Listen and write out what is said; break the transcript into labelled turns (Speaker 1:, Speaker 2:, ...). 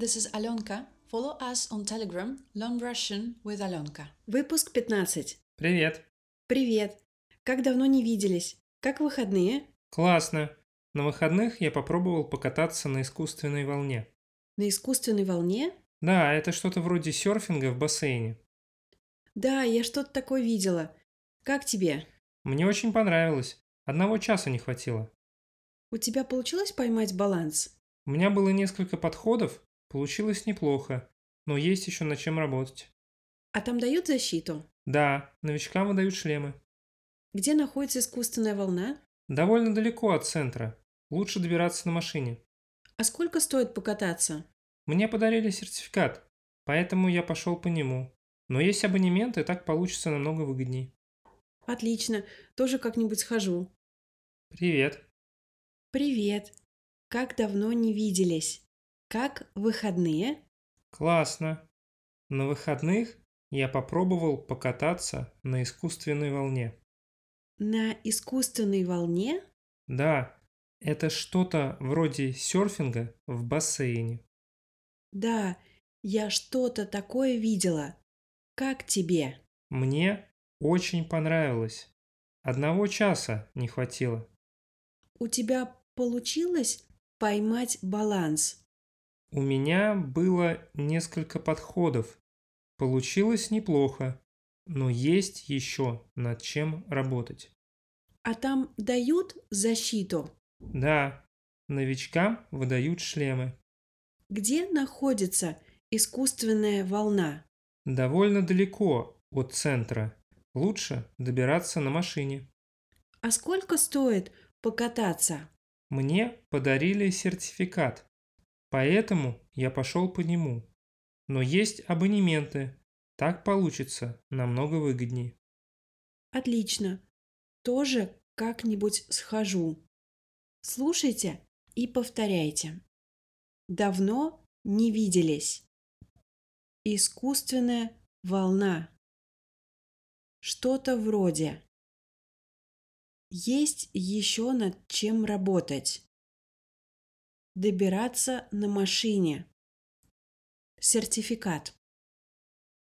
Speaker 1: This is Alonka. Follow us on Telegram Learn Russian with Alonka.
Speaker 2: Выпуск 15.
Speaker 3: Привет.
Speaker 2: Привет. Как давно не виделись? Как выходные?
Speaker 3: Классно. На выходных я попробовал покататься на искусственной волне.
Speaker 2: На искусственной волне?
Speaker 3: Да, это что-то вроде серфинга в бассейне.
Speaker 2: Да, я что-то такое видела. Как тебе?
Speaker 3: Мне очень понравилось. Одного часа не хватило.
Speaker 2: У тебя получилось поймать баланс?
Speaker 3: У меня было несколько подходов, получилось неплохо, но есть еще над чем работать.
Speaker 2: А там дают защиту?
Speaker 3: Да, новичкам выдают шлемы.
Speaker 2: Где находится искусственная волна?
Speaker 3: Довольно далеко от центра. Лучше добираться на машине.
Speaker 2: А сколько стоит покататься?
Speaker 3: Мне подарили сертификат, поэтому я пошел по нему. Но есть абонемент, и так получится намного выгоднее.
Speaker 2: Отлично, тоже как-нибудь схожу.
Speaker 3: Привет.
Speaker 2: Привет. Как давно не виделись? Как выходные?
Speaker 3: Классно. На выходных я попробовал покататься на искусственной волне.
Speaker 2: На искусственной волне?
Speaker 3: Да, это что-то вроде серфинга в бассейне.
Speaker 2: Да, я что-то такое видела. Как тебе?
Speaker 3: Мне очень понравилось. Одного часа не хватило.
Speaker 2: У тебя получилось поймать баланс?
Speaker 3: У меня было несколько подходов. Получилось неплохо, но есть еще над чем работать.
Speaker 2: А там дают защиту?
Speaker 3: Да, новичкам выдают шлемы.
Speaker 2: Где находится искусственная волна?
Speaker 3: Довольно далеко от центра. Лучше добираться на машине.
Speaker 2: А сколько стоит покататься?
Speaker 3: Мне подарили сертификат, поэтому я пошел по нему. Но есть абонементы, так получится намного выгоднее.
Speaker 2: Отлично. Тоже как-нибудь схожу. Слушайте и повторяйте. Давно не виделись. Искусственная волна. Что-то вроде. Есть еще над чем работать. Добираться на машине. Сертификат.